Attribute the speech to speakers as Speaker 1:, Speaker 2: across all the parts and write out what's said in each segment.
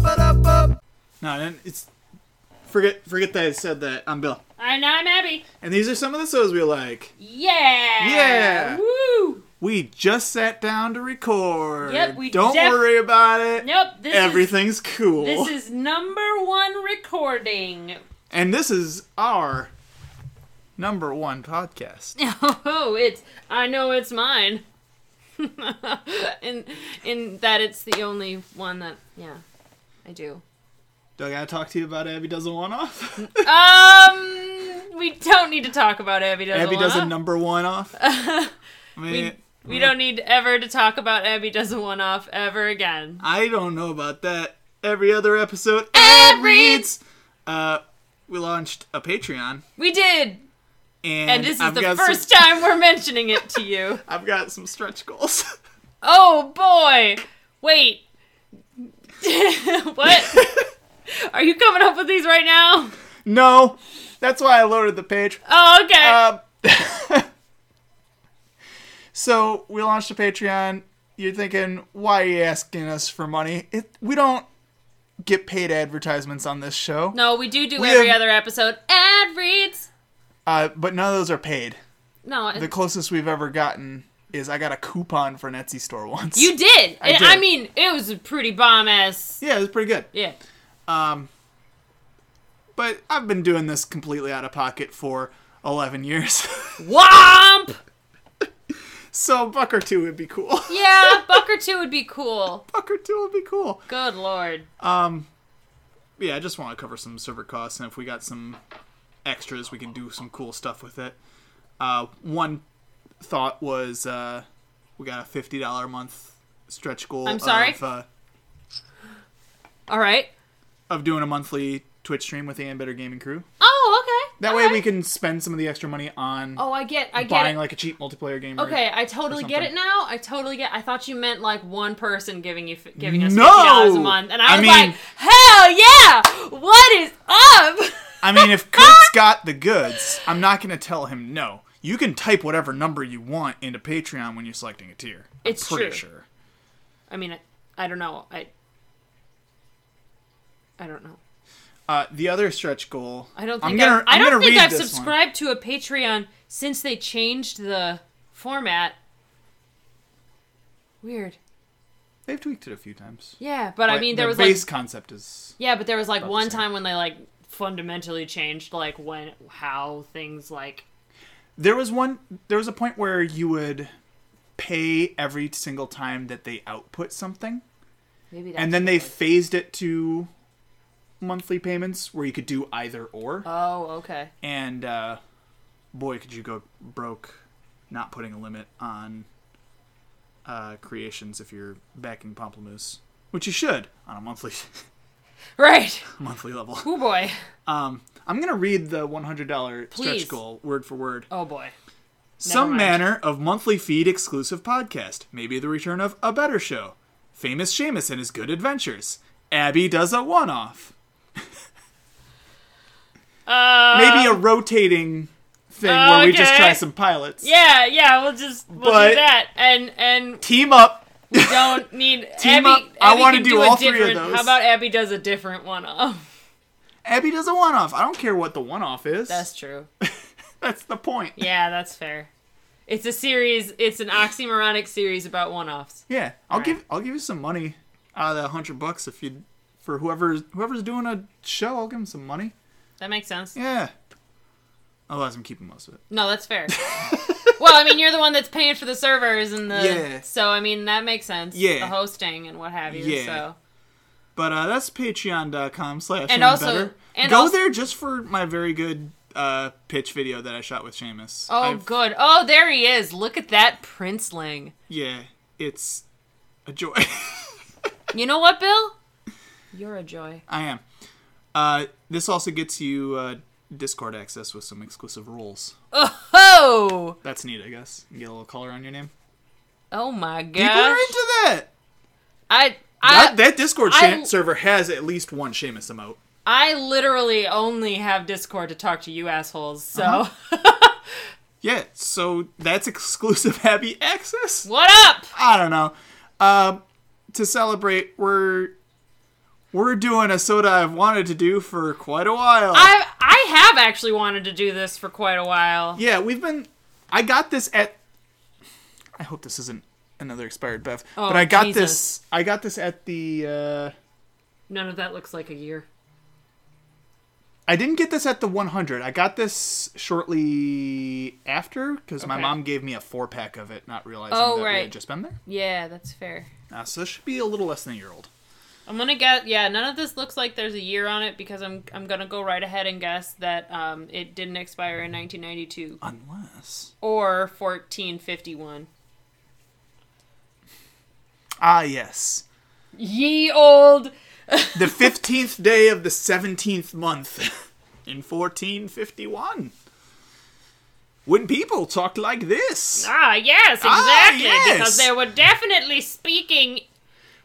Speaker 1: No, no, it's forget forget that I said that. I'm Bill,
Speaker 2: And I'm Abby.
Speaker 1: and these are some of the shows we like.
Speaker 2: Yeah.
Speaker 1: Yeah.
Speaker 2: Woo.
Speaker 1: We just sat down to record.
Speaker 2: Yep, we
Speaker 1: don't
Speaker 2: def-
Speaker 1: worry about it.
Speaker 2: Nope. This
Speaker 1: Everything's cool.
Speaker 2: Is, this is number one recording.
Speaker 1: and this is our number one podcast.
Speaker 2: Oh, it's. I know it's mine. in in that it's the only one that yeah, I do.
Speaker 1: Do I gotta talk to you about Abby does a one off?
Speaker 2: Um, we don't need to talk about Abby does
Speaker 1: Abby
Speaker 2: a
Speaker 1: does a
Speaker 2: one-off.
Speaker 1: number one off. I mean,
Speaker 2: We don't need ever to talk about Abby does a one off ever again.
Speaker 1: I don't know about that. Every other episode,
Speaker 2: Ad
Speaker 1: Ad
Speaker 2: reads.
Speaker 1: Uh, we launched a Patreon,
Speaker 2: We did,
Speaker 1: and,
Speaker 2: and this is
Speaker 1: I've
Speaker 2: the
Speaker 1: got
Speaker 2: first
Speaker 1: Some,
Speaker 2: time we're mentioning it to you.
Speaker 1: I've got some stretch goals.
Speaker 2: Oh boy! Wait. what? Are you coming up with these right now?
Speaker 1: no, that's why I loaded the page.
Speaker 2: Oh, okay.
Speaker 1: Um, so we launched a Patreon. You're thinking, why are you asking us for money? It, we don't get paid advertisements on this show,
Speaker 2: no, we do do
Speaker 1: we
Speaker 2: every
Speaker 1: have-
Speaker 2: other episode. Ad reads.
Speaker 1: uh, but none of those are paid.
Speaker 2: No,
Speaker 1: The closest we've ever gotten is I got a coupon for an Etsy store once.
Speaker 2: you did.
Speaker 1: I
Speaker 2: and
Speaker 1: did.
Speaker 2: I mean, it was a pretty bomb ass.
Speaker 1: yeah, it was pretty good.
Speaker 2: Yeah.
Speaker 1: Um, but I've been doing this completely out of pocket for 11 years.
Speaker 2: Womp.
Speaker 1: so a buck or two would be cool.
Speaker 2: Yeah, Buck or two would be cool.
Speaker 1: buck or two would be cool.
Speaker 2: Good lord.
Speaker 1: Yeah, I just want to cover some server costs, and if we got some extras, we can do some cool stuff with it. Uh, one thought was uh, we got a $50 a month stretch goal
Speaker 2: I'm sorry?
Speaker 1: Of, uh,
Speaker 2: All right.
Speaker 1: of doing a monthly Twitch stream with the And Better Gaming crew.
Speaker 2: Oh, okay.
Speaker 1: That
Speaker 2: All
Speaker 1: way
Speaker 2: right.
Speaker 1: we can spend some of the extra money on
Speaker 2: Oh, I get. I get.
Speaker 1: buying
Speaker 2: It.
Speaker 1: like a cheap multiplayer game. or-
Speaker 2: okay, I totally get it
Speaker 1: something.
Speaker 2: now. I totally get. I thought you meant like one person giving you f- giving us
Speaker 1: No!
Speaker 2: fifty dollars a month, and I
Speaker 1: I
Speaker 2: was
Speaker 1: mean-
Speaker 2: like, hell yeah! What is up?
Speaker 1: I mean, if Kurt's got the goods, I'm not going to tell him no. You can type whatever number you want into Patreon when you're selecting a tier. I'm
Speaker 2: It's
Speaker 1: pretty
Speaker 2: true.
Speaker 1: sure.
Speaker 2: I mean, I, I don't know. I I don't know.
Speaker 1: Uh, the other stretch goal.
Speaker 2: I don't
Speaker 1: I'm
Speaker 2: think.
Speaker 1: gonna-
Speaker 2: I've, I
Speaker 1: I'm
Speaker 2: don't
Speaker 1: gonna
Speaker 2: think
Speaker 1: read
Speaker 2: I've
Speaker 1: this one.
Speaker 2: subscribed to a Patreon since they changed the format. Weird.
Speaker 1: They've tweaked it a few times.
Speaker 2: Yeah, but, I
Speaker 1: But
Speaker 2: mean, there
Speaker 1: the
Speaker 2: was
Speaker 1: base
Speaker 2: like
Speaker 1: concept is
Speaker 2: yeah, but there was like one
Speaker 1: same.
Speaker 2: time when they like fundamentally changed like when how things like
Speaker 1: there was one there was a point where you would pay every single time that they output something,
Speaker 2: maybe that's
Speaker 1: and then they phased it to monthly payments where you could do either or.
Speaker 2: oh okay
Speaker 1: and uh, boy, could you go broke not putting a limit on uh, creations if you're backing Pomplamoose, which you should on a monthly
Speaker 2: right
Speaker 1: monthly level.
Speaker 2: oh boy
Speaker 1: Um, I'm gonna read the $100
Speaker 2: Please.
Speaker 1: stretch goal word for word.
Speaker 2: oh boy
Speaker 1: Some
Speaker 2: mind.
Speaker 1: manner of monthly feed exclusive podcast. Maybe the return of a better show. Famous Seamus and his good adventures. Abby does a one off.
Speaker 2: uh
Speaker 1: Maybe a rotating thing where we just
Speaker 2: okay.
Speaker 1: try some pilots.
Speaker 2: yeah yeah we'll just we'll
Speaker 1: But-
Speaker 2: do that and and
Speaker 1: Team up.
Speaker 2: we don't need
Speaker 1: Team
Speaker 2: Abby,
Speaker 1: up. I
Speaker 2: Abby
Speaker 1: wanna
Speaker 2: can
Speaker 1: do
Speaker 2: a
Speaker 1: all three of
Speaker 2: different-
Speaker 1: those.
Speaker 2: how about Abby does a different one oh
Speaker 1: Abby does a one off. I don't care what the one off is.
Speaker 2: that's true
Speaker 1: That's the point. Yeah.
Speaker 2: yeah that's fair it's a series it's an oxymoronic series about one offs
Speaker 1: I'll
Speaker 2: Right.
Speaker 1: give I'll give you some money out of the hundred bucks if you for whoever's whoever's doing a show, I'll give them some money.
Speaker 2: that makes sense
Speaker 1: Yeah. Otherwise I'm keeping most of it.
Speaker 2: no that's fair well I mean you're the one that's paying for the servers and the
Speaker 1: Yeah.
Speaker 2: so I mean that makes sense
Speaker 1: Yeah.
Speaker 2: the hosting and what have you
Speaker 1: Yeah.
Speaker 2: so
Speaker 1: But uh that's patreon.com slash
Speaker 2: And
Speaker 1: and
Speaker 2: also-
Speaker 1: better.
Speaker 2: and
Speaker 1: Go
Speaker 2: also-
Speaker 1: there just for my very good uh pitch video that I shot with Seamus.
Speaker 2: Oh,
Speaker 1: I've-
Speaker 2: good. Oh, there he is. Look at that princeling.
Speaker 1: Yeah. It's a joy.
Speaker 2: You know what, Bill? You're a joy.
Speaker 1: I am. Uh this also gets you uh Discord access with some exclusive rules.
Speaker 2: Oh,
Speaker 1: That's neat, I guess. You get a little color on your name.
Speaker 2: oh my gosh.
Speaker 1: People are into that.
Speaker 2: I I,
Speaker 1: that, that Discord
Speaker 2: I-
Speaker 1: shan- server has at least one Seamus emote.
Speaker 2: I literally only have Discord to talk to you assholes. So
Speaker 1: Yeah, so that's exclusive Abby access.
Speaker 2: what up?
Speaker 1: I don't know. Um, to celebrate, we're we're doing a soda I've wanted to do for quite a while.
Speaker 2: I I have actually wanted to do this for quite a while.
Speaker 1: yeah, we've been. I got this at. I hope this isn't another expired Bev, but I got
Speaker 2: Oh, Jesus.
Speaker 1: this. I got this at the. Uh,
Speaker 2: None of that looks like a year.
Speaker 1: I didn't get this at the 100. I got this shortly after because my
Speaker 2: Okay.
Speaker 1: mom gave me a four pack of it, not realizing that
Speaker 2: Oh,
Speaker 1: we
Speaker 2: right.
Speaker 1: had just been there.
Speaker 2: Yeah, that's fair.
Speaker 1: Uh, so this should be a little less than a year old.
Speaker 2: I'm gonna guess. Yeah, none of this looks like there's a year on it because I'm I'm gonna go right ahead and guess that um it didn't expire in 1992
Speaker 1: Unless.
Speaker 2: or 1451.
Speaker 1: Ah, yes.
Speaker 2: Ye old.
Speaker 1: the 15th day of the 17th month in 1451 when people talk like this
Speaker 2: Ah, yes, exactly.
Speaker 1: Ah, yes.
Speaker 2: Because they were definitely speaking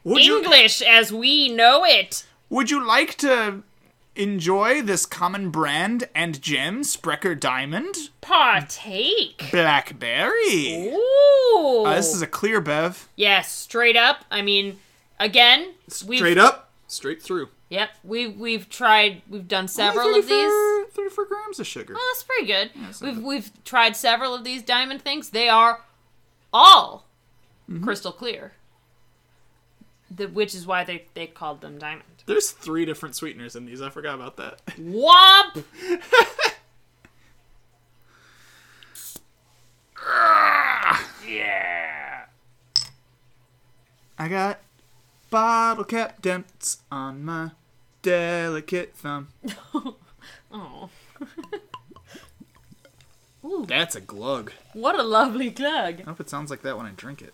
Speaker 1: would you,
Speaker 2: English as we know it.
Speaker 1: would you like to enjoy this common brand and gem sprecher diamond
Speaker 2: Partake.
Speaker 1: blackberry
Speaker 2: Ooh.
Speaker 1: Uh, this is a clear bev
Speaker 2: Yes, straight up. I mean, again, we've,
Speaker 1: straight up straight through
Speaker 2: Yep, we we've tried. We've done several
Speaker 1: Only
Speaker 2: of these.
Speaker 1: 34 34 grams of sugar
Speaker 2: Well, that's pretty good.
Speaker 1: it's not
Speaker 2: we've
Speaker 1: bad.
Speaker 2: we've tried several of these diamond things. They are all
Speaker 1: Mm-hmm.
Speaker 2: crystal clear. The, which is why they, they called them diamond.
Speaker 1: there's three different sweeteners in these i forgot about that
Speaker 2: Womp! yeah.
Speaker 1: I got bottle cap dents on my delicate thumb.
Speaker 2: Oh,
Speaker 1: That's a glug.
Speaker 2: what a lovely glug.
Speaker 1: I hope it sounds like that when I drink it.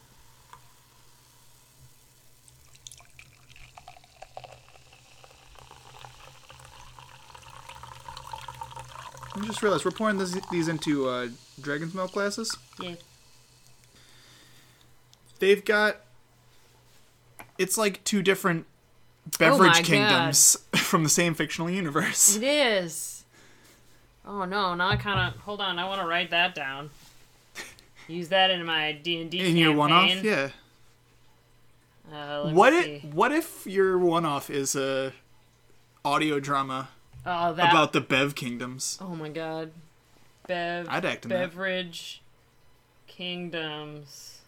Speaker 1: I just realized we're pouring this, these into uh, dragon's milk glasses.
Speaker 2: Yeah.
Speaker 1: They've got. It's like two different
Speaker 2: Oh
Speaker 1: beverage
Speaker 2: God.
Speaker 1: kingdoms from the same fictional universe.
Speaker 2: It is. Oh no! Now I kind of hold on. I want to write that down. Use that in my D and D
Speaker 1: In your one off? Yeah.
Speaker 2: Uh, let
Speaker 1: What
Speaker 2: me
Speaker 1: if,
Speaker 2: see.
Speaker 1: what if your one off is a audio drama
Speaker 2: Oh, that.
Speaker 1: about the Bev Kingdoms?
Speaker 2: oh my god. Bev.
Speaker 1: I'd act in that.
Speaker 2: Beverage. Kingdoms.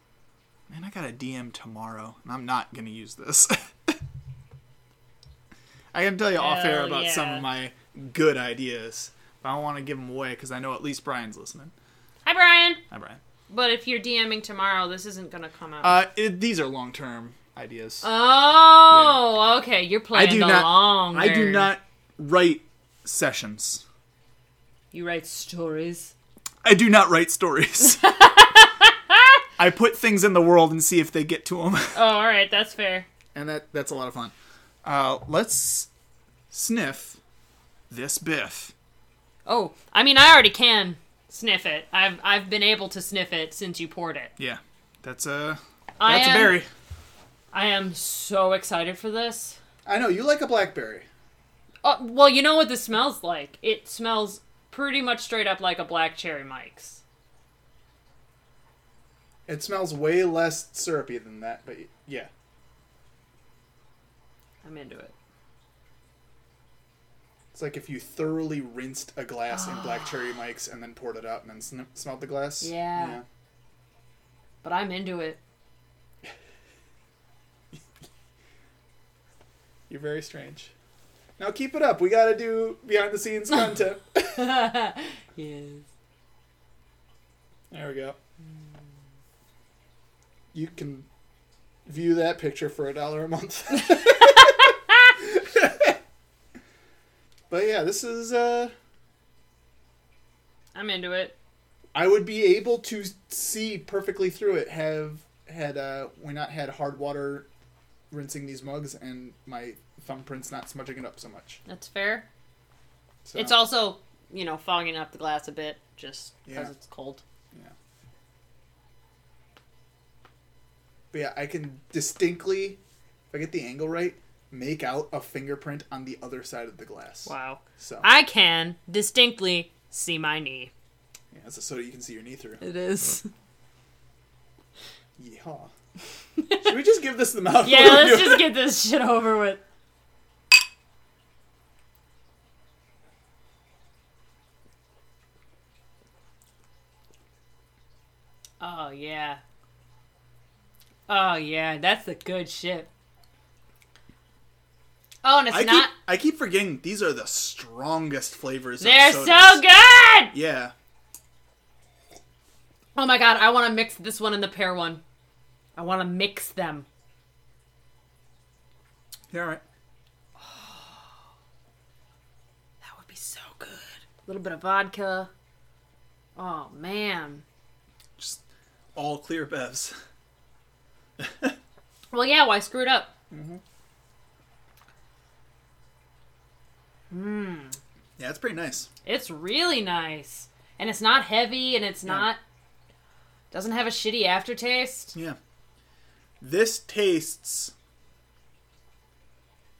Speaker 1: Man, I got a DM tomorrow, and I'm not gonna use this. I can tell you off air
Speaker 2: Hell
Speaker 1: about some
Speaker 2: yeah.
Speaker 1: of my good ideas, but I don't want to give them away because I know at least Brian's listening.
Speaker 2: Hi, Brian.
Speaker 1: Hi, Brian.
Speaker 2: But if you're DMing tomorrow, this isn't gonna come out.
Speaker 1: Uh, it, these are long term ideas.
Speaker 2: oh, okay. You're
Speaker 1: I
Speaker 2: playing
Speaker 1: do
Speaker 2: Uh, the
Speaker 1: not.
Speaker 2: long.
Speaker 1: I do
Speaker 2: game.
Speaker 1: not write sessions.
Speaker 2: You write stories.
Speaker 1: I do not write stories. I put things in the world and see if they get to them.
Speaker 2: Oh, all right. That's fair.
Speaker 1: and that that's a lot of fun. Uh, let's sniff this biff.
Speaker 2: Oh, I mean, I already can sniff it. I've I've been able to sniff it since you poured it.
Speaker 1: Yeah, that's a
Speaker 2: I
Speaker 1: that's a
Speaker 2: am-
Speaker 1: berry.
Speaker 2: I am so excited for this.
Speaker 1: I know you like a blackberry.
Speaker 2: Oh, well, you know what this smells like. It smells pretty much straight up like a black cherry Mike's.
Speaker 1: It smells way less syrupy than that, but yeah.
Speaker 2: I'm into it.
Speaker 1: It's like if you thoroughly rinsed a glass in black cherry mike's and then poured it out and then sn- smelled the glass.
Speaker 2: Yeah. But I'm into it.
Speaker 1: You're very strange. Now keep it up. We got to do behind the scenes content.
Speaker 2: Yes.
Speaker 1: There we go. You can view that picture for a dollar a month. but yeah, this is uh
Speaker 2: I'm into it.
Speaker 1: I would be able to see perfectly through it have had uh we not had hard water rinsing these mugs and my thumbprints not smudging it up so much.
Speaker 2: That's fair.
Speaker 1: So
Speaker 2: It's also, you know, fogging up the glass a bit just because
Speaker 1: Yeah.
Speaker 2: it's cold.
Speaker 1: But yeah, I can distinctly if I get the angle right, make out a fingerprint on the other side of the glass.
Speaker 2: Wow.
Speaker 1: So
Speaker 2: I can distinctly see my knee.
Speaker 1: yeah, it's a soda you can see your knee through.
Speaker 2: It is.
Speaker 1: Yeehaw. Should we just give this the mouth?
Speaker 2: Yeah, let's just get this shit over with. Oh yeah. Oh yeah, that's the good shit. Oh, and it's
Speaker 1: I
Speaker 2: not.
Speaker 1: keep I keep forgetting these are the strongest flavors.
Speaker 2: They're
Speaker 1: of
Speaker 2: so
Speaker 1: sodas.
Speaker 2: good.
Speaker 1: Yeah,
Speaker 2: Oh my god, I want to mix this one and the pear one. I want to mix them.
Speaker 1: you're all right.
Speaker 2: That would be so good. A little bit of vodka. Oh man.
Speaker 1: Just all clear bevs.
Speaker 2: Well, yeah, why screw it up?
Speaker 1: Yeah, it's pretty nice.
Speaker 2: It's really nice. And it's not heavy and it's not doesn't have a shitty aftertaste.
Speaker 1: Yeah, this tastes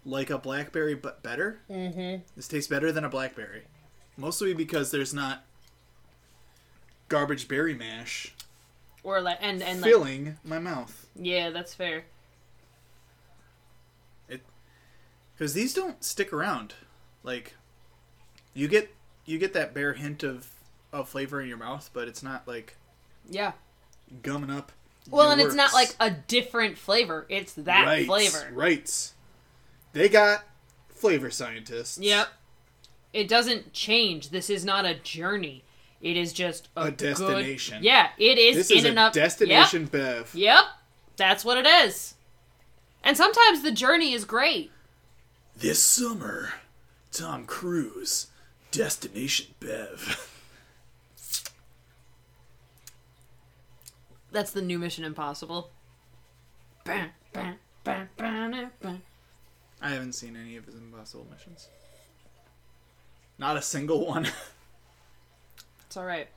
Speaker 1: like a blackberry, but better. Mm-hmm. This tastes better than a blackberry, mostly because there's not garbage berry mash
Speaker 2: Or like and and like
Speaker 1: filling my mouth.
Speaker 2: Yeah, that's fair.
Speaker 1: it because these don't stick around like you get you get that bare hint of of flavor in your mouth but it's not like
Speaker 2: Yeah.
Speaker 1: gumming up
Speaker 2: Well,
Speaker 1: your
Speaker 2: and it's not like
Speaker 1: works.
Speaker 2: a different flavor. It's that
Speaker 1: Rights,
Speaker 2: flavor.
Speaker 1: rights they got flavor scientists
Speaker 2: Yep. It doesn't change. This is not a journey. It is just a,
Speaker 1: A
Speaker 2: good-
Speaker 1: destination.
Speaker 2: yeah, it is
Speaker 1: this
Speaker 2: in
Speaker 1: is
Speaker 2: and
Speaker 1: a
Speaker 2: up. Yep.
Speaker 1: destination bev
Speaker 2: Yep. That's what it is. And sometimes the journey is great.
Speaker 1: this summer tom cruise destination bev
Speaker 2: That's the new Mission Impossible. Bam, bam, bam, bam, bam.
Speaker 1: i haven't seen any of his impossible missions not a single one
Speaker 2: It's all right.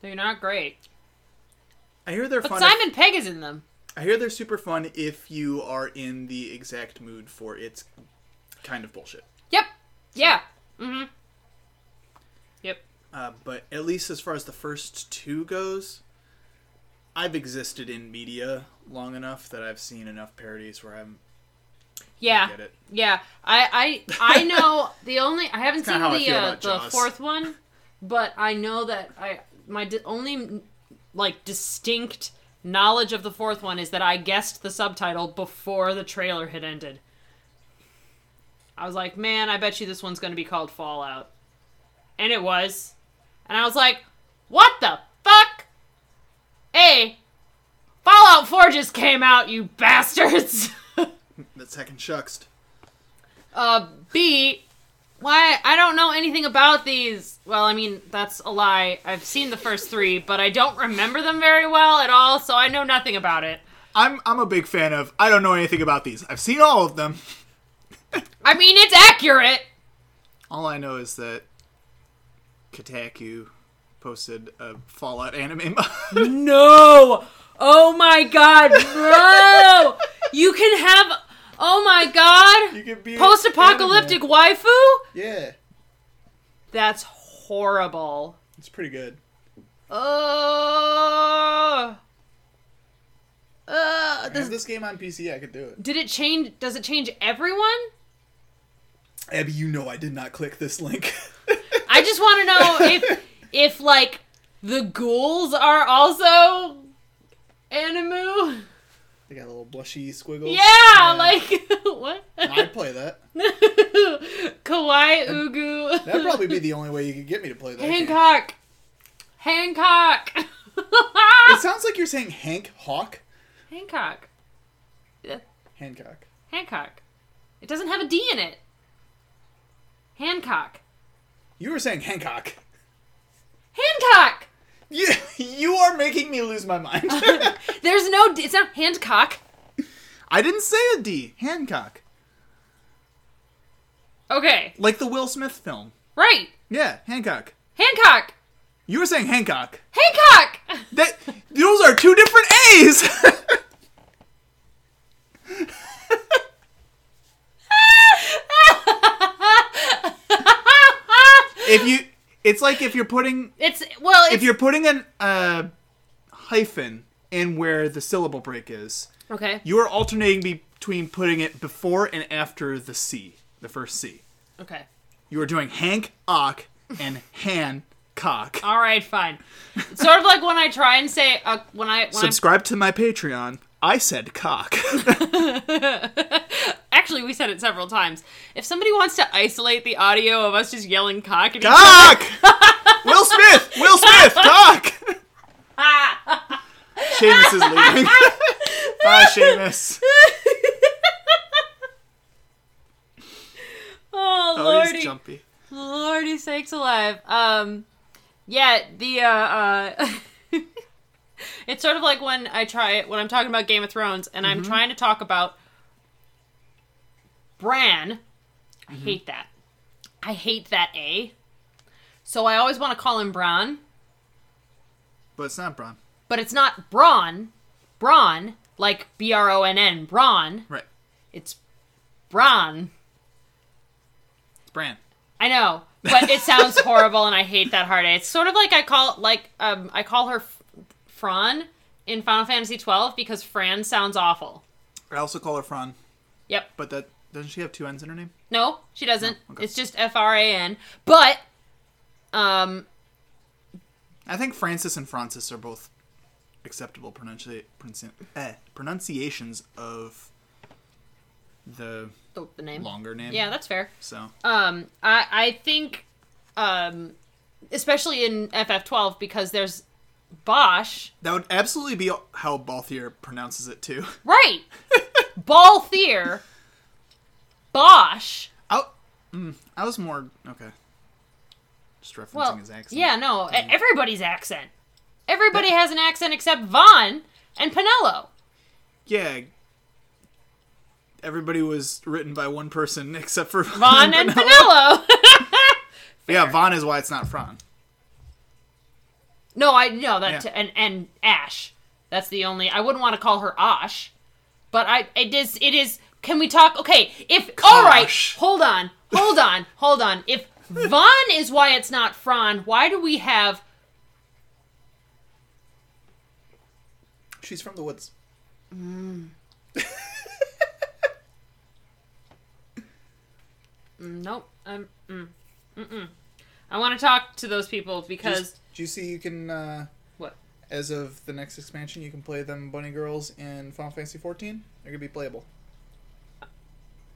Speaker 2: They're not great,
Speaker 1: i hear they're
Speaker 2: but
Speaker 1: fun if-
Speaker 2: Simon Pegg is in them.
Speaker 1: I hear they're super fun if you are in the exact mood for its kind of bullshit.
Speaker 2: Yep. Yeah. Mm-hmm. Yep.
Speaker 1: Uh, but at least as far as the first two goes, I've existed in media long enough that I've seen enough parodies where I'm
Speaker 2: Yeah.
Speaker 1: get it.
Speaker 2: Yeah. I I I know the only I haven't seen
Speaker 1: kinda how I
Speaker 2: the
Speaker 1: feel
Speaker 2: uh,
Speaker 1: about
Speaker 2: the
Speaker 1: Jaws.
Speaker 2: fourth one, but I know that I my di- only like distinct knowledge of the fourth one is that I guessed the subtitle before the trailer had ended. I was like, "Man, I bet you this one's going to be called Fallout." And it was. And I was like, "What the fuck?" Hey, Fallout 4 just came out, you bastards.
Speaker 1: that second shucks.
Speaker 2: Uh, B, why? I don't know anything about these. Well, I mean, that's a lie. I've seen the first three, but I don't remember them very well at all, so I know nothing about it.
Speaker 1: I'm I'm a big fan of. I don't know anything about these. I've seen all of them.
Speaker 2: I mean, it's accurate!
Speaker 1: All I know is that Kotaku posted a Fallout anime. mod.
Speaker 2: No! Oh my god, no! you can have. Oh my god!
Speaker 1: You could be an
Speaker 2: Post apocalyptic waifu?
Speaker 1: yeah,
Speaker 2: That's horrible.
Speaker 1: it's pretty good.
Speaker 2: Oh! Uh,
Speaker 1: Is this game on PC? I could do it.
Speaker 2: Did it change? Does it change everyone?
Speaker 1: Abby, you know I did not click this link.
Speaker 2: I just want to know if if like the ghouls are also animu.
Speaker 1: they got little blushy squiggles.
Speaker 2: Yeah, like what?
Speaker 1: I'd play that.
Speaker 2: Kawaii Ugu.
Speaker 1: That'd probably be the only way you could get me to play that. game.
Speaker 2: Hancock. Hancock.
Speaker 1: It sounds like you're saying Hank Hawk.
Speaker 2: Hancock.
Speaker 1: Hancock.
Speaker 2: Hancock. It doesn't have a D in it. Hancock.
Speaker 1: You were saying Hancock.
Speaker 2: Hancock.
Speaker 1: You you are making me lose my mind.
Speaker 2: There's no. D- it's not Hancock.
Speaker 1: I didn't say a D. Hancock.
Speaker 2: Okay.
Speaker 1: Like the Will Smith film.
Speaker 2: Right.
Speaker 1: Yeah, Hancock.
Speaker 2: Hancock.
Speaker 1: You were saying Hancock.
Speaker 2: Hancock.
Speaker 1: That those are two different A's. if you, it's like if you're putting
Speaker 2: It's well, it's,
Speaker 1: if you're putting an uh, hyphen in where the syllable break is,
Speaker 2: okay.
Speaker 1: you are alternating between putting it before and after the C, the first C.
Speaker 2: Okay.
Speaker 1: You are doing Hank Ock and Han Cock.
Speaker 2: All right, fine. It's sort of like when I try and say uh, when I when
Speaker 1: Subscribe to my Patreon. I said cock.
Speaker 2: I actually we said it several times. If somebody wants to isolate the audio of us just yelling cock at each
Speaker 1: cock! Will Smith! Will Smith! Cock! Seamus is leaving. Bye, Seamus.
Speaker 2: Oh,
Speaker 1: Oh, he's
Speaker 2: lordy,
Speaker 1: jumpy.
Speaker 2: lordy sakes alive. Um, yeah, the uh, uh it's sort of like when I try when I'm talking about Game of Thrones and I'm trying to talk about Bran. I hate that. I hate that A. So I always want to call him Bran.
Speaker 1: But it's not Braun.
Speaker 2: but it's not Braun, Braun, like B R O N N, Braun.
Speaker 1: Right.
Speaker 2: It's Braun.
Speaker 1: It's Bran.
Speaker 2: I know, but it sounds horrible, and I hate that hard. A. It's sort of like I call like um I call her F- Fran in Final Fantasy twelve because Fran sounds awful.
Speaker 1: I also call her Fran,
Speaker 2: Yep.
Speaker 1: but that doesn't she have two N's in her name?
Speaker 2: No, she doesn't.
Speaker 1: okay.
Speaker 2: It's just F R A N. But um
Speaker 1: I think Francis and Francis are both acceptable pronunci- pronunci- eh, pronunciations of the
Speaker 2: the, the name.
Speaker 1: longer name.
Speaker 2: Yeah, that's fair.
Speaker 1: So
Speaker 2: um i i think um especially in ff12 because there's bosch
Speaker 1: that would absolutely be how Balthier pronounces it too.
Speaker 2: right balthier bosch
Speaker 1: I, mm, I was more okay. Just referencing
Speaker 2: well
Speaker 1: his accent.
Speaker 2: yeah no e- everybody's accent everybody has an accent except vaughn and pinello
Speaker 1: Yeah. Everybody was written by one person except for
Speaker 2: vaughn and pinello
Speaker 1: Yeah, Vaughn is why it's not Fran.
Speaker 2: no i no that
Speaker 1: Yeah.
Speaker 2: and and ash that's the only i wouldn't want to call her osh but i it is it is can we talk okay if all right
Speaker 1: Gosh.
Speaker 2: hold on hold on hold on if von is why it's not fran why do we have
Speaker 1: She's from the woods.
Speaker 2: nope i'm mm, mm-mm. i want to talk to those people because
Speaker 1: do you see you can uh
Speaker 2: what
Speaker 1: as of the next expansion, you can play them bunny girls in Final Fantasy 14. They're gonna be playable.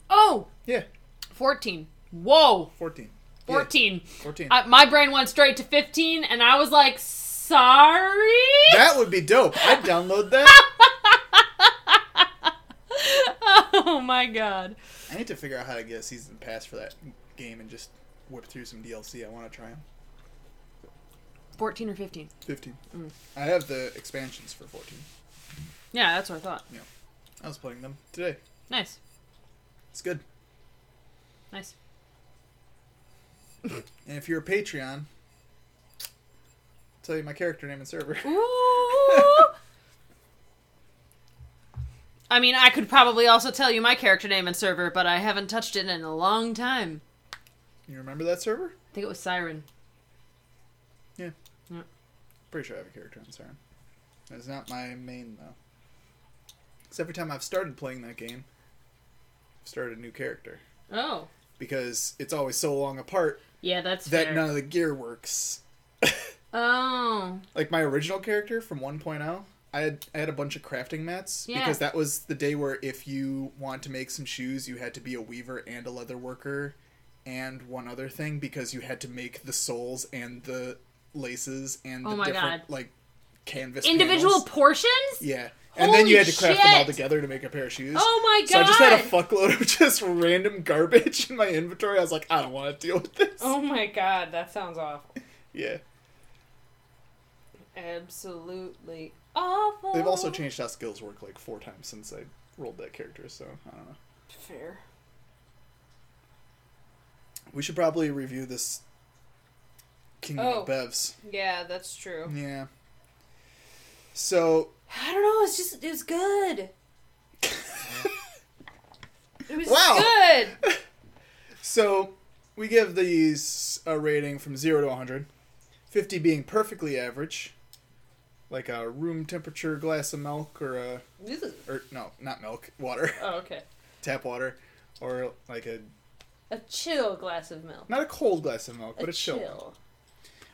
Speaker 2: oh
Speaker 1: Yeah,
Speaker 2: 14 whoa
Speaker 1: 14. Yeah,
Speaker 2: 14
Speaker 1: 14.
Speaker 2: I, my brain went straight to 15 and i was like sorry
Speaker 1: that would be dope. I'd download that.
Speaker 2: oh my god
Speaker 1: I need to figure out how to get a season pass for that game and just whip through some DLC. I want to try them.
Speaker 2: 14 or 15
Speaker 1: 15.
Speaker 2: Mm.
Speaker 1: I have the expansions for 14.
Speaker 2: Yeah, that's what I thought.
Speaker 1: I was playing them today.
Speaker 2: Nice.
Speaker 1: It's good.
Speaker 2: Nice.
Speaker 1: And if you're a Patreon, I'll tell you my character name and server.
Speaker 2: Ooh. I mean, I could probably also tell you my character name and server, but I haven't touched it in a long time.
Speaker 1: You remember that server?
Speaker 2: I think it was Siren.
Speaker 1: Yeah.
Speaker 2: Yeah.
Speaker 1: Pretty sure I have a character on Siren. It's not my main though. Because every time I've started playing that game, I've started a new character
Speaker 2: Oh.
Speaker 1: because it's always so long apart
Speaker 2: Yeah, that's
Speaker 1: that
Speaker 2: fair.
Speaker 1: none of the gear works.
Speaker 2: Oh.
Speaker 1: Like my original character from 1.0, I had I had a bunch of crafting mats
Speaker 2: Yeah.
Speaker 1: because that was the day where if you want to make some shoes, you had to be a weaver and a leather worker and one other thing because you had to make the soles and the laces and the
Speaker 2: Oh my
Speaker 1: different
Speaker 2: God.
Speaker 1: like canvas
Speaker 2: Individual
Speaker 1: panels.
Speaker 2: portions?
Speaker 1: Yeah. And then you
Speaker 2: Holy
Speaker 1: had to craft them all
Speaker 2: shit.
Speaker 1: together to make a pair of shoes.
Speaker 2: Oh my
Speaker 1: So I just had a
Speaker 2: God.
Speaker 1: fuckload of just random garbage in my inventory. I was like, I don't want to deal with this.
Speaker 2: Oh my god, that sounds awful.
Speaker 1: Yeah.
Speaker 2: Absolutely awful.
Speaker 1: They've also changed how skills work like four times since I rolled that character, so I don't know.
Speaker 2: Fair.
Speaker 1: We should probably review this Kingdom of
Speaker 2: Oh.
Speaker 1: Bevs.
Speaker 2: Yeah, that's true.
Speaker 1: Yeah. So
Speaker 2: I don't know, it's just, it was good. It was
Speaker 1: Wow.
Speaker 2: good.
Speaker 1: so we give these us a rating from 0 to 100. 50 being perfectly average, like a room temperature glass of milk or a. Or, no, not milk, water,
Speaker 2: Oh, okay.
Speaker 1: tap water, or like a.
Speaker 2: A chill glass of milk.
Speaker 1: Not a cold glass of milk, but
Speaker 2: a
Speaker 1: a chill.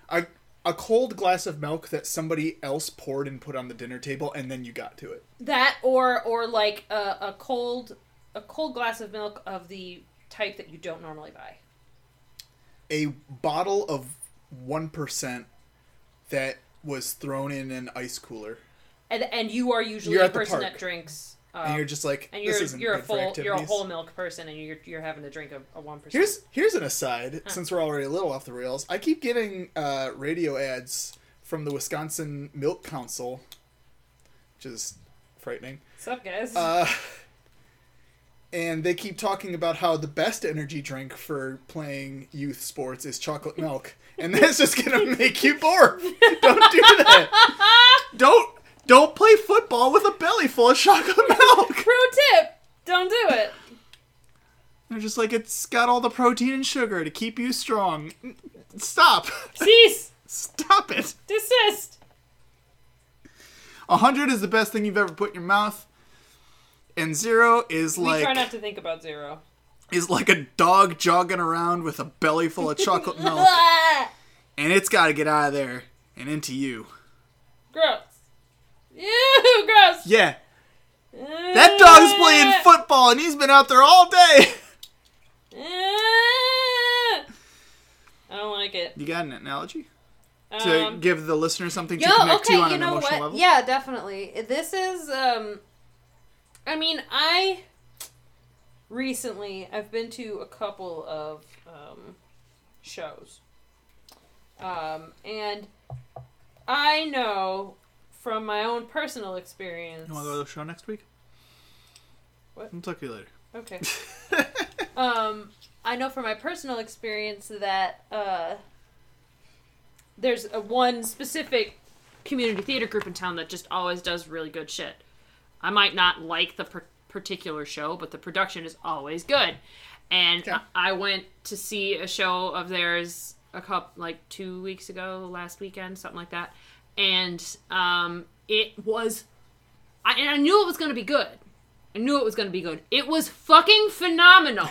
Speaker 1: A, a cold glass of milk that somebody else poured and put on the dinner table, and then you got to it.
Speaker 2: That or or like a, a cold a cold glass of milk of the type that you don't normally buy.
Speaker 1: a bottle of 1% that was thrown in an ice cooler.
Speaker 2: And and you are usually
Speaker 1: You're
Speaker 2: a
Speaker 1: at the
Speaker 2: person
Speaker 1: park.
Speaker 2: that drinks uh,
Speaker 1: And you're just like,
Speaker 2: and
Speaker 1: this
Speaker 2: you're
Speaker 1: isn't
Speaker 2: you're a
Speaker 1: good for
Speaker 2: full you're a
Speaker 1: activities.
Speaker 2: whole milk person and you're you're having to drink a one percent.
Speaker 1: Here's here's an aside, since we're already a little off the rails. I keep getting uh, radio ads from the Wisconsin Milk Council, which is frightening.
Speaker 2: What's up, guys?
Speaker 1: Uh, and they keep talking about how the best energy drink for playing youth sports is chocolate milk, and that's just gonna make you barf. Don't do that. Don't don't play football with a belly full of chocolate milk.
Speaker 2: Pro tip: Don't do it.
Speaker 1: They're just like it's got all the protein and sugar to keep you strong. Stop,
Speaker 2: Cease,
Speaker 1: stop it.
Speaker 2: desist.
Speaker 1: A hundred is the best thing you've ever put in your mouth, and zero is
Speaker 2: We
Speaker 1: like
Speaker 2: try not to think about zero.
Speaker 1: is like a dog jogging around with a belly full of chocolate milk. and it's got to get out of there and into you.
Speaker 2: gross. Ew, gross.
Speaker 1: Yeah, that dog's playing football and he's been out there all day.
Speaker 2: I don't like it.
Speaker 1: You got an analogy to
Speaker 2: Um,
Speaker 1: give the listener something to
Speaker 2: yo,
Speaker 1: connect to
Speaker 2: okay,
Speaker 1: on
Speaker 2: you
Speaker 1: an
Speaker 2: know
Speaker 1: emotional
Speaker 2: what?
Speaker 1: level?
Speaker 2: Yeah, definitely. This is um I mean, I recently I've been to a couple of um shows. Um and I know from my own personal experience.
Speaker 1: You want to go to the show next week?
Speaker 2: What?
Speaker 1: I'll talk to you later.
Speaker 2: Okay. um, I know from my personal experience that uh, there's a one specific community theater group in town that just always does really good shit. I might not like the per- particular show, but the production is always good. And
Speaker 1: Okay.
Speaker 2: I-, I went to see a show of theirs a couple, like two weeks ago, last weekend, something like that. And um, it was, I- and I knew it was going to be good. I knew it was going to be good. It was fucking phenomenal.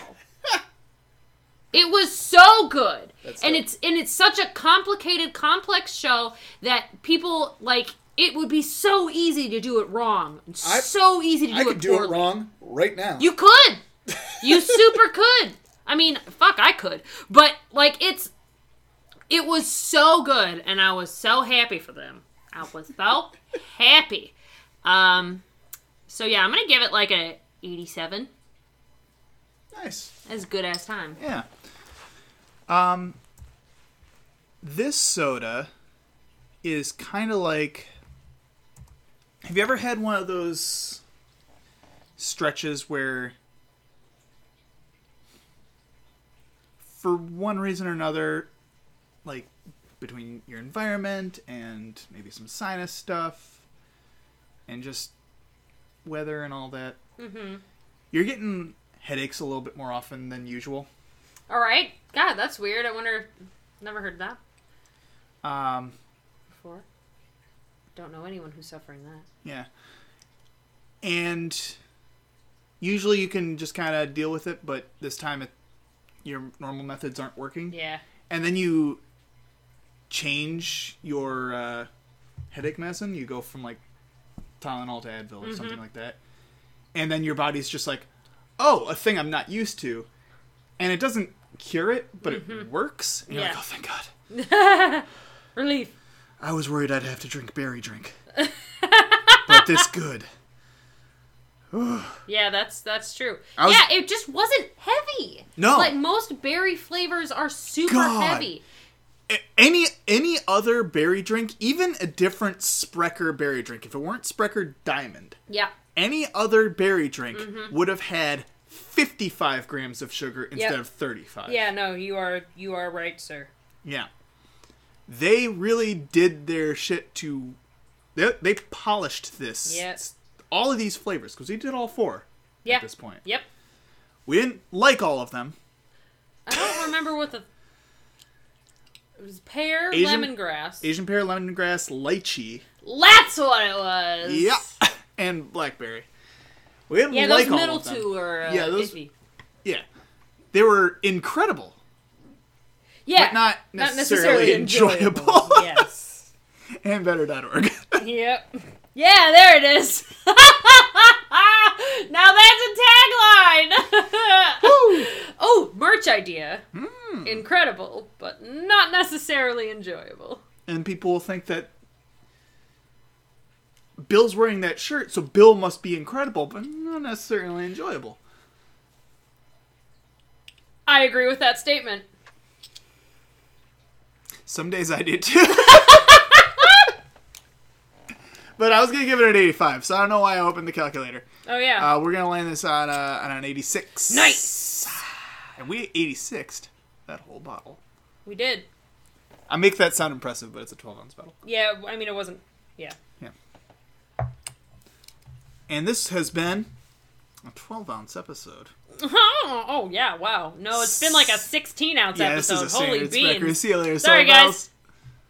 Speaker 2: it was so good.
Speaker 1: That's
Speaker 2: and
Speaker 1: dope.
Speaker 2: it's and it's such a complicated complex show that people like it would be so easy to do it wrong.
Speaker 1: I-
Speaker 2: so easy to do
Speaker 1: I
Speaker 2: it
Speaker 1: could do
Speaker 2: poorly.
Speaker 1: it wrong right now.
Speaker 2: You could. You super could. I mean, fuck, I could. But like it's it was so good and I was so happy for them. I was so happy. Um so yeah, I'm going to give it like a 87.
Speaker 1: nice.
Speaker 2: That's good ass time.
Speaker 1: Yeah. Um, this soda is kind of like. Have you ever had one of those stretches where, for one reason or another, like between your environment and maybe some sinus stuff and just weather and all that, mm-hmm. you're getting headaches a little bit more often than usual?
Speaker 2: All right. God, that's weird. I wonder never heard that
Speaker 1: Um,
Speaker 2: before. Don't know anyone who's suffering that.
Speaker 1: yeah. And usually you can just kind of deal with it, but this time it, your normal methods aren't working.
Speaker 2: Yeah.
Speaker 1: And then you change your uh, headache medicine. You go from like Tylenol to Advil or
Speaker 2: Mm-hmm.
Speaker 1: something like that. And then your body's just like, oh, a thing I'm not used to. And it doesn't cure it, but it works. And you're
Speaker 2: Mm-hmm. Yeah.
Speaker 1: like, oh, thank God.
Speaker 2: Relief.
Speaker 1: I was worried I'd have to drink berry drink. but this good.
Speaker 2: Yeah, that's that's true.
Speaker 1: I was-
Speaker 2: yeah, it just wasn't heavy.
Speaker 1: No.
Speaker 2: like most berry flavors are super
Speaker 1: God.
Speaker 2: heavy.
Speaker 1: A- Any any other berry drink, even a different Sprecher berry drink, if it weren't Sprecher Diamond,
Speaker 2: Yeah,
Speaker 1: any other berry drink
Speaker 2: Mm-hmm.
Speaker 1: would have had 55 grams of sugar instead of 35.
Speaker 2: yeah, no, you are you are right, sir.
Speaker 1: Yeah. They really did their shit to they, they polished this.
Speaker 2: Yep.
Speaker 1: All of these flavors cuz we did all four
Speaker 2: Yeah,
Speaker 1: at this point.
Speaker 2: Yep,
Speaker 1: We didn't like all of them.
Speaker 2: I don't remember what the It was pear,
Speaker 1: Asian-
Speaker 2: lemongrass.
Speaker 1: Asian pear, lemongrass, lychee.
Speaker 2: That's what it was.
Speaker 1: Yeah. And blackberry. We didn't
Speaker 2: Yeah,
Speaker 1: like
Speaker 2: those
Speaker 1: all
Speaker 2: middle
Speaker 1: of them.
Speaker 2: two were uh,
Speaker 1: Yeah, those-
Speaker 2: iffy.
Speaker 1: Yeah. They were incredible,
Speaker 2: Yeah,
Speaker 1: but not necessarily, enjoyable.
Speaker 2: yes.
Speaker 1: and better.org.
Speaker 2: Yep. Yeah, there it is. now that's a tagline. Oh, merch idea.
Speaker 1: Hmm.
Speaker 2: Incredible, but not necessarily enjoyable.
Speaker 1: and people will think that Bill's wearing that shirt, so Bill must be incredible, but not necessarily enjoyable.
Speaker 2: I agree with that statement.
Speaker 1: Some days I do too. but I was gonna give it an 85, so I don't know why I opened the calculator.
Speaker 2: Oh yeah.
Speaker 1: Uh, we're gonna land this on, uh, on an 86.
Speaker 2: Nice.
Speaker 1: And we 86'd that whole bottle.
Speaker 2: we did.
Speaker 1: I make that sound impressive, but it's a 12 ounce bottle.
Speaker 2: Yeah, I mean it wasn't yeah.
Speaker 1: And this has been a 12 ounce episode.
Speaker 2: Oh, oh, yeah, wow. No, it's been like a 16 ounce
Speaker 1: yeah,
Speaker 2: episode.
Speaker 1: this is a
Speaker 2: Holy
Speaker 1: Standards
Speaker 2: beans.
Speaker 1: Record. See you later,
Speaker 2: Sorry,
Speaker 1: Soul Bells.
Speaker 2: guys.